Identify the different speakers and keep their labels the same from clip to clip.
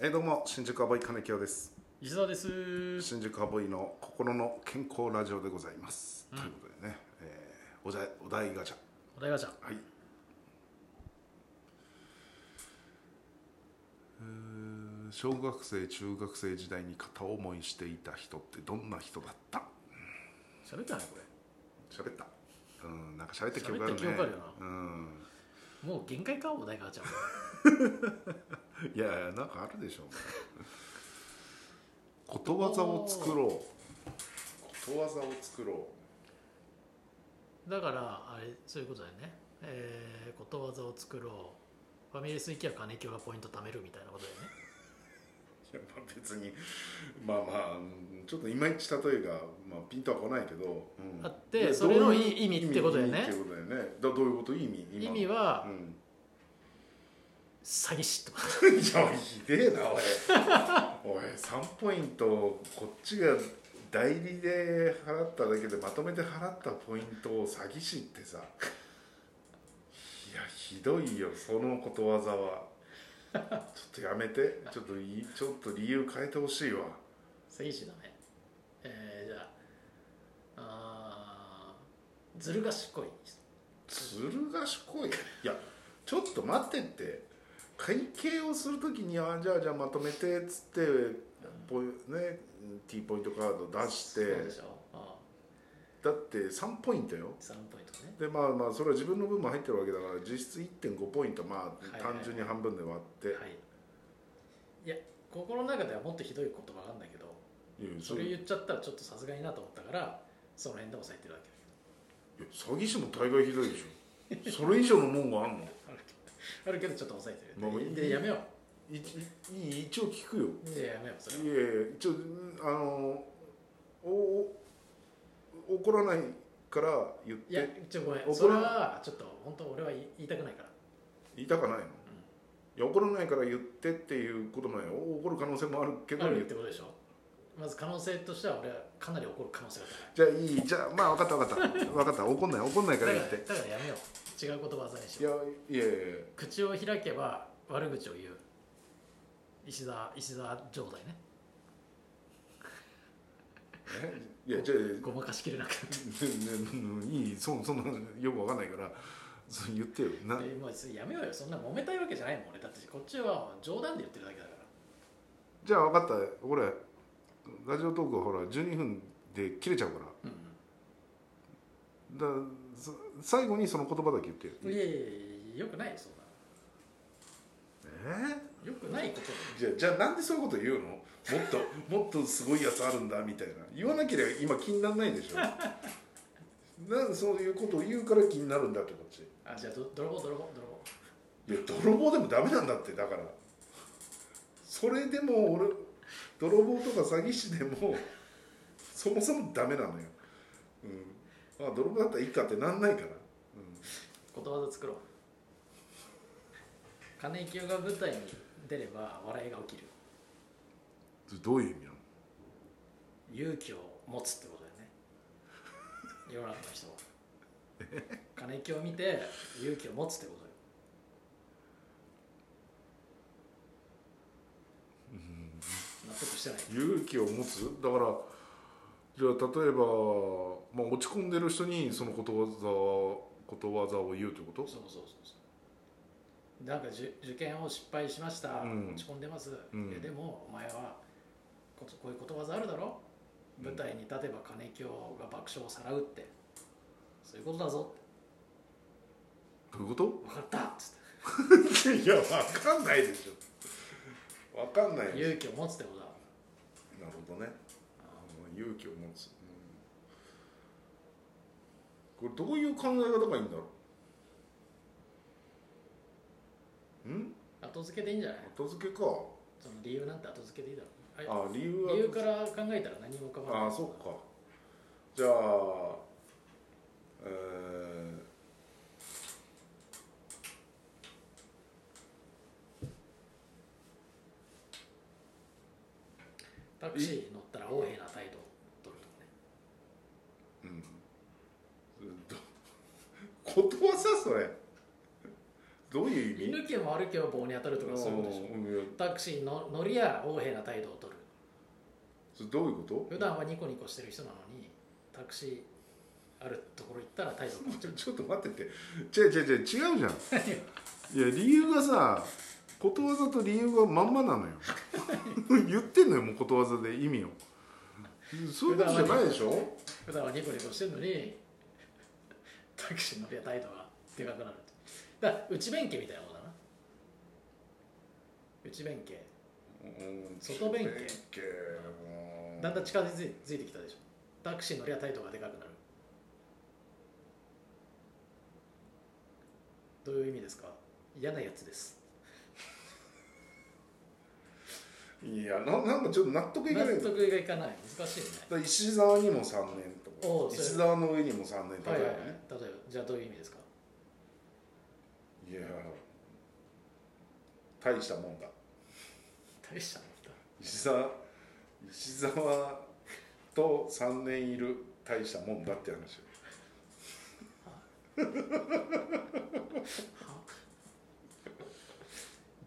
Speaker 1: えーどうも新宿アボイ金清です
Speaker 2: 石澤です
Speaker 1: 新宿アボイの心の健康ラジオでございます、ということでね、えーおじゃお題ガチャ
Speaker 2: お題ガチャ
Speaker 1: はいえー小学生中学生時代に片思いしていた人ってどんな人だった
Speaker 2: 喋ってないこ
Speaker 1: 喋ったうんなんか喋った記憶あるね
Speaker 2: 喋った記憶あるよ
Speaker 1: うん
Speaker 2: れもう限界かお題ガチャ
Speaker 1: いやいやなんかあるでしょ ことわざを作ろうことわざを作ろ
Speaker 2: だからあれそういうことだよねえー、ことわざを作ろうファミレス行きゃ金清がポイント貯めるみたいなことだよね
Speaker 1: ういやまあ別にまあまあうんちょっといまいち例えが、まあ、ピンとは来ないけど、うん
Speaker 2: あって
Speaker 1: いや
Speaker 2: それの
Speaker 1: どういう
Speaker 2: 意味ってことだよね
Speaker 1: 意味ってことだよねだどういうこと意味今
Speaker 2: 意
Speaker 1: の
Speaker 2: 味は
Speaker 1: うん、
Speaker 2: 詐欺師ってこと
Speaker 1: いやひでえなおい おい3ポイントこっちが代理で払っただけでまとめて払ったポイントを詐欺師ってさいやひどいよそのことわざはちょっとやめてちょっといちょっと理由変えてほしいわ
Speaker 2: 詐欺師だねえー、じゃああーずる賢い
Speaker 1: ずる賢いいやちょっと待ってって会計をするときにあじゃあじゃあまとめてっつってポイね T ポイントカード出し
Speaker 2: そう
Speaker 1: て
Speaker 2: でしょあ
Speaker 1: だって3ポイントよ
Speaker 2: 3ポイントね
Speaker 1: でまあまあそれは自分の分も入ってるわけだから実質1.5ポイントま
Speaker 2: いはい
Speaker 1: あ単純に半分で割って、い
Speaker 2: はいいや心の中ではもっとひどい言葉があるんだけど
Speaker 1: や
Speaker 2: そ
Speaker 1: そ
Speaker 2: れ
Speaker 1: れいや
Speaker 2: 言っちゃったらちょっとさすがになと思ったからその辺で抑えてるだけだ けど
Speaker 1: 詐欺師も大概ひどいでしょそれ以上のもんがあんの
Speaker 2: あるけどあるけどちょっと抑えてる、
Speaker 1: まあ
Speaker 2: ででやめよ
Speaker 1: いいい一応聞くよ
Speaker 2: うでやめようそれはい
Speaker 1: やいや一応うんあのおお怒らないから言っ
Speaker 2: いや
Speaker 1: て
Speaker 2: ちょごめ
Speaker 1: 怒ら
Speaker 2: んそれはちょっと本当俺は言い言いたくないから
Speaker 1: 言いたかないの、いや怒らないから言ってっていうこともないよお怒る可能性もあるけど
Speaker 2: あ
Speaker 1: 言っ
Speaker 2: るってことでしょまず可能性としては俺はかなり怒る可能性が
Speaker 1: じゃあいいじゃあまあ分かった分かった分かった怒んない怒んないか
Speaker 2: 高
Speaker 1: ら
Speaker 2: い
Speaker 1: 言
Speaker 2: だ
Speaker 1: っ
Speaker 2: か
Speaker 1: て
Speaker 2: らだからやめよう違う言葉わざにし
Speaker 1: いや
Speaker 2: よう
Speaker 1: いやいやいや
Speaker 2: 口を開けば悪口を言う石田石田状態ね
Speaker 1: えいやじゃあ
Speaker 2: ごまかしきれなくて
Speaker 1: ねねいいそんそんなよくわかんないからそう言ってよな
Speaker 2: えもうそれやめようよそんな揉めたいわけじゃないもん俺だってこっちは冗談で言ってるだけだから
Speaker 1: じゃあ分かったほらラジオトークはほら12分で切れちゃうから
Speaker 2: うん
Speaker 1: だそ最後にその言葉だけ言ってよ
Speaker 2: うん、いやいやいやよくないよそんな
Speaker 1: え
Speaker 2: よくないことだよ
Speaker 1: じゃあじゃあなんでそういうこと言うのもっと もっとすごいやつあるんだみたいな言わなければ今気にならないでしょ なんでそういうことを言うから気になるんだってこっち
Speaker 2: あじゃあど泥棒泥棒泥棒
Speaker 1: いや泥棒でもダメなんだってだからそれでも俺泥棒とか詐欺師でもそもそもダメなのよ、うん、あ泥棒だったらいいかってなんないから、う
Speaker 2: ことわざ作ろう金井清が舞台に出れば笑いが起きる
Speaker 1: ん、どういう意味なの
Speaker 2: 勇気を持つってことだよね世の中の人は金井清を見て勇気を持つってことよ納得してない
Speaker 1: 勇気を持つだからじゃあ例えば、まあ、落ち込んでる人にそのことわざことわざを言うってこと
Speaker 2: そうそうそうそうなんかじゅ受験を失敗しました、
Speaker 1: うん
Speaker 2: 落ち込んでます、
Speaker 1: うん
Speaker 2: いやでもお前はことこういうことわざあるだろ、
Speaker 1: うん
Speaker 2: 舞台に立てば金京が爆笑をさらうってそういうことだぞ
Speaker 1: どういうこ
Speaker 2: 分かったっつっ
Speaker 1: といや分かんないでしょ分かんない
Speaker 2: て
Speaker 1: でしょ
Speaker 2: 勇気を持つってことだ
Speaker 1: なるほどねあの勇気を持つ、うんこれどういう考え方がいいんだろうん
Speaker 2: 後付けでいいんじゃない
Speaker 1: 後付けか
Speaker 2: その理由なんて後付けでいいだろあれ
Speaker 1: あ理由は
Speaker 2: 理由から考えたら何もかも
Speaker 1: ああそっかじゃあえー
Speaker 2: タクシーに乗ったら横柄な態度を取るとかね
Speaker 1: うん どことわざそれどういう意味
Speaker 2: 犬けば悪けば棒に当たるとかそういうことでしょ
Speaker 1: うんいや
Speaker 2: タクシーに乗乗りや横柄な態度を取る
Speaker 1: それどういうこ
Speaker 2: 普段はニコニコしてる人なのにタクシーあるところ行ったら態度変わっち
Speaker 1: と
Speaker 2: ゃう
Speaker 1: ちょっと待ってて違う違う違う違うじゃんいや理由がさことわざと理由がまんまなのよ言ってんのよもうことわざで意味をそういうことじゃないでしょ
Speaker 2: 普段はニコニコしてるのにタクシー乗りや態度がでかくなるだから内弁慶みたいなもんだな内弁慶
Speaker 1: うん
Speaker 2: 外弁慶
Speaker 1: 慶うん
Speaker 2: だんだん近づいてきたでしょタクシー乗りや態度がでかくなるどういう意味ですか嫌なやつです
Speaker 1: いやななんかちょっと納得いか
Speaker 2: 納
Speaker 1: ないだか
Speaker 2: 得がいかない難しいね
Speaker 1: ら石沢にも3年と
Speaker 2: おう
Speaker 1: か
Speaker 2: それ
Speaker 1: 石沢の上にも3年とか
Speaker 2: はい
Speaker 1: ね、
Speaker 2: はいはい例えばじゃあどういう意味ですか
Speaker 1: いや大したもんだ
Speaker 2: 大したもんだ
Speaker 1: 石沢石沢と3年いる大したもんだって話よ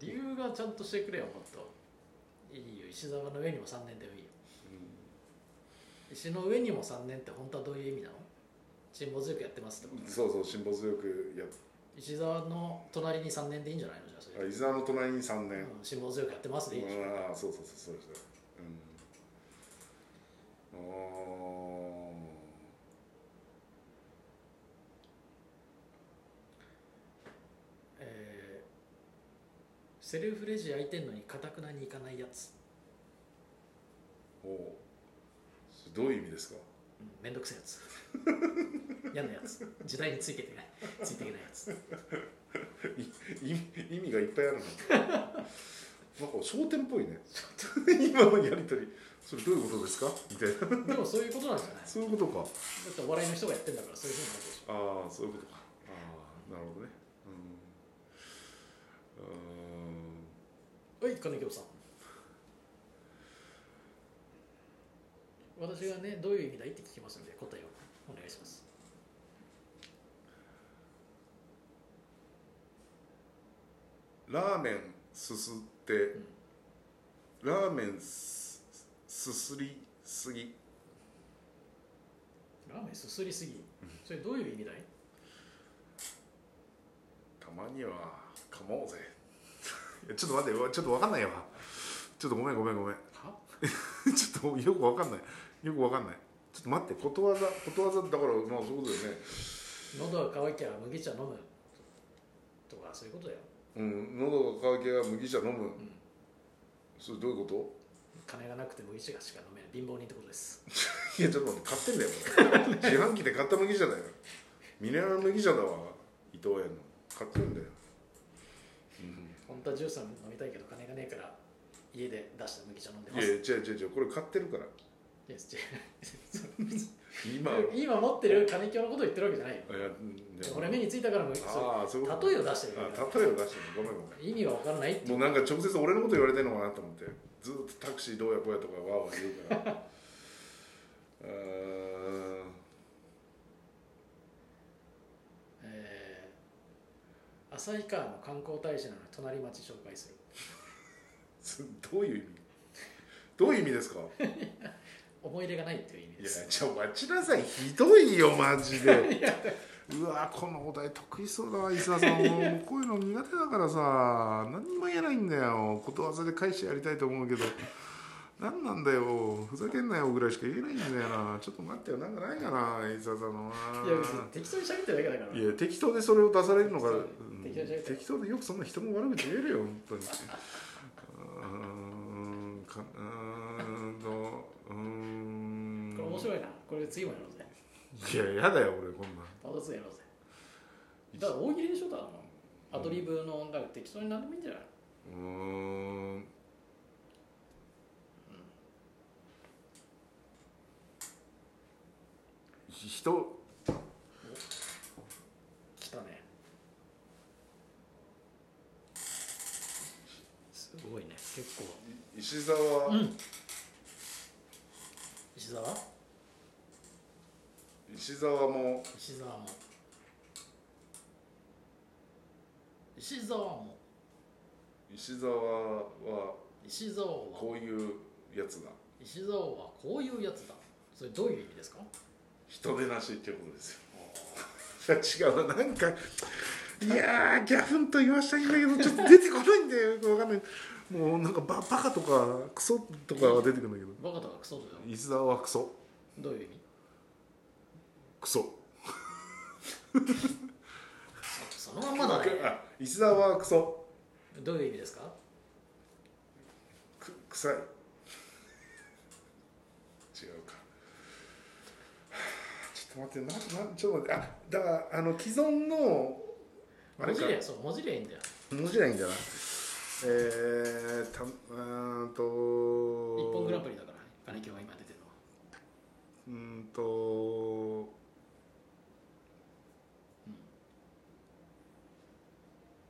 Speaker 2: 理由がちゃんとしてくれよもっといいよ石沢の上にも3年でもいいよ石の上にも3年って本当はどういう意味なの辛抱強くやってますってこ
Speaker 1: うん
Speaker 2: と
Speaker 1: そうそう辛抱強くやっ
Speaker 2: 石沢の隣に3年でいいんじゃないのじゃあそ
Speaker 1: あ
Speaker 2: れ、
Speaker 1: 伊沢の隣に3年、
Speaker 2: うん辛抱強くやってますでいいでしょ、
Speaker 1: ああそうそうそうそうでしたうんお
Speaker 2: えーセルフレジ開いてんのにかたくなに行かないやつ、
Speaker 1: ーおうそれどういう意味ですか
Speaker 2: うん、めんどくさいやつ嫌なやつ時代についていけないついていけないやつ
Speaker 1: 意味意味がいっぱいあるのなんか商店っぽ いね今のやりとりそれどういうことですかみたいな
Speaker 2: でもそういうことなんじゃない
Speaker 1: そういうことか
Speaker 2: だってお笑いの人がやってんだからそういうふうになるでし
Speaker 1: ああそういうことかああなるほどねう
Speaker 2: ょはい金城さん私がねどういう意味だいって聞きますんで答えをお願いします
Speaker 1: うーんラーメンすすってラーメンすすすりすぎ
Speaker 2: ラーメンすすりすぎそれどういう意味だい
Speaker 1: たまにはかもうぜいやちょっと待ってうわちょっとわかんないわちょっとごめんごめんごめん
Speaker 2: は
Speaker 1: ちょっとよくわかんないよくわかんないちょっと待ってことわざことわざだからまあそういうことだよね
Speaker 2: 喉が渇きゃ麦茶飲むとかそういうことだよ
Speaker 1: うん喉が渇きは麦茶飲む、
Speaker 2: ん
Speaker 1: それどういうこ
Speaker 2: 金がなくて麦茶しか飲めない貧乏人ってことです
Speaker 1: といやちょっと待って買ってんだ よこれ自販機で買った麦茶だよミネラル麦茶だわ伊藤園の買ってんだよ、う
Speaker 2: 本当はジュースは飲みたいけど金がねえから家で出した麦茶飲んで
Speaker 1: ん、い
Speaker 2: ま
Speaker 1: や
Speaker 2: す
Speaker 1: 違う違う違うこれ買ってるから
Speaker 2: いや違う
Speaker 1: 今
Speaker 2: 今持ってる金京のことを言ってるわけじゃないよ
Speaker 1: いやうんいや
Speaker 2: 俺目についたから麦茶
Speaker 1: ああそういうこと
Speaker 2: 例えを出してるから
Speaker 1: あ例えを出してるごめんごめん
Speaker 2: 意味が分からないって
Speaker 1: もうなんか直接俺のこと言われてるのかなと思ってずっとタクシーどうやこうやとかわーわー言うからうーん
Speaker 2: えー旭川の観光大使なのに隣町紹介する
Speaker 1: すどういう意味どういう意味ですか
Speaker 2: 思い入れがないっていう意味
Speaker 1: い
Speaker 2: で
Speaker 1: や
Speaker 2: す
Speaker 1: ちょ待ちなさいひどいよマジでうわこのお題得意そうだな伊沢さんもうこういうの苦手だからさ何も言えないんだよことわざで返してやりたいと思うけど何なんだよふざけんなよぐらいしか言えないんだよなちょっと待ってよなんかないかな伊沢さんの
Speaker 2: いや別に適当に喋ってるだけだから
Speaker 1: いや適当でそれを出されるのが、
Speaker 2: そう
Speaker 1: うん
Speaker 2: 適当じゃなくて
Speaker 1: 適当でよくそんな人の悪口言えるよ本当にうーんかうーんとうーん
Speaker 2: これ面白いなこれ次もやろうぜ
Speaker 1: いややだよ俺こんな
Speaker 2: パート2やろうぜだから大喜利でしょだからアドリブのだから適当に何でもいいんじゃない、
Speaker 1: うーん人
Speaker 2: 来たねすごいね結構
Speaker 1: 石沢、
Speaker 2: 石沢
Speaker 1: 石沢も
Speaker 2: 石沢も石沢も
Speaker 1: 石沢は
Speaker 2: 石蔵は
Speaker 1: こういうやつだ
Speaker 2: 石蔵はこういうやつだそれどういう意味ですか
Speaker 1: 人でなしっていうことですよ違うななんかいやーギャフンと言わしたいんだけどちょっと出てこないんだよよくわかんないもうなんかババカとかクソとかは出てくるんだけど
Speaker 2: バカとかクソだよ
Speaker 1: 石沢はクソ
Speaker 2: どういう意味
Speaker 1: クソ
Speaker 2: そそのまんまだね
Speaker 1: あ石沢はクソ
Speaker 2: どういう意味ですか
Speaker 1: く臭い違うかちょっと待ってななちょっと待ってあだからあの既存のあ
Speaker 2: 文
Speaker 1: れ
Speaker 2: 字
Speaker 1: か
Speaker 2: りゃそう文字りゃいいんだよ
Speaker 1: 文字ないんだなえー、たうーんと
Speaker 2: 一本グランプリだから金木は今出てるのは
Speaker 1: うーんと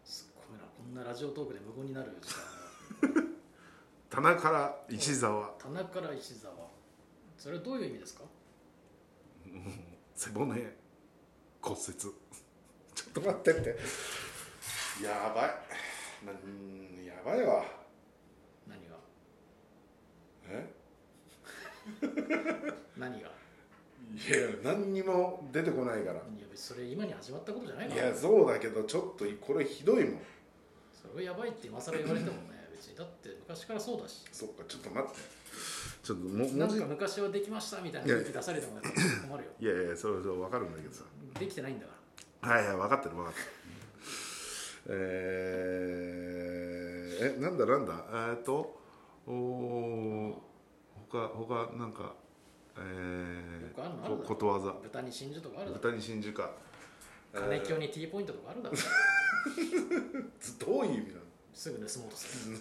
Speaker 2: すっごいなこんなラジオトークで無言になる時間
Speaker 1: 棚から石沢
Speaker 2: 棚から石沢それはどういう意味ですか
Speaker 1: 背骨骨折 ちょっと待ってってやばいなうーんやばいわ
Speaker 2: 何が
Speaker 1: えい
Speaker 2: 何が
Speaker 1: や何にも出てこないから
Speaker 2: いや別にそれ今に始まったことじゃないか
Speaker 1: い
Speaker 2: ら
Speaker 1: やそうだけどちょっとこれひどいもん
Speaker 2: それをやばいって今更言われても ね別にだって昔からそうだし
Speaker 1: そっかちょっと待ってちょっとも
Speaker 2: な
Speaker 1: 文
Speaker 2: ん
Speaker 1: 字
Speaker 2: か昔はできましたみたいな空気出されてもやっぱ困るよ
Speaker 1: いやいやそれそれ分かるんだけどさ
Speaker 2: できてないんだから
Speaker 1: はいはい分かってる分かってるえー、えなんだなんだえー、っとおほかほかなんかえー、
Speaker 2: 他あるのあるだ
Speaker 1: こ
Speaker 2: ろ
Speaker 1: ことわざ
Speaker 2: 豚に真珠とかあるだろ
Speaker 1: 豚に真珠か
Speaker 2: 金
Speaker 1: え
Speaker 2: 京に T ポイントとかあるだろ
Speaker 1: ーどういう意味なの
Speaker 2: すぐ盗もうとする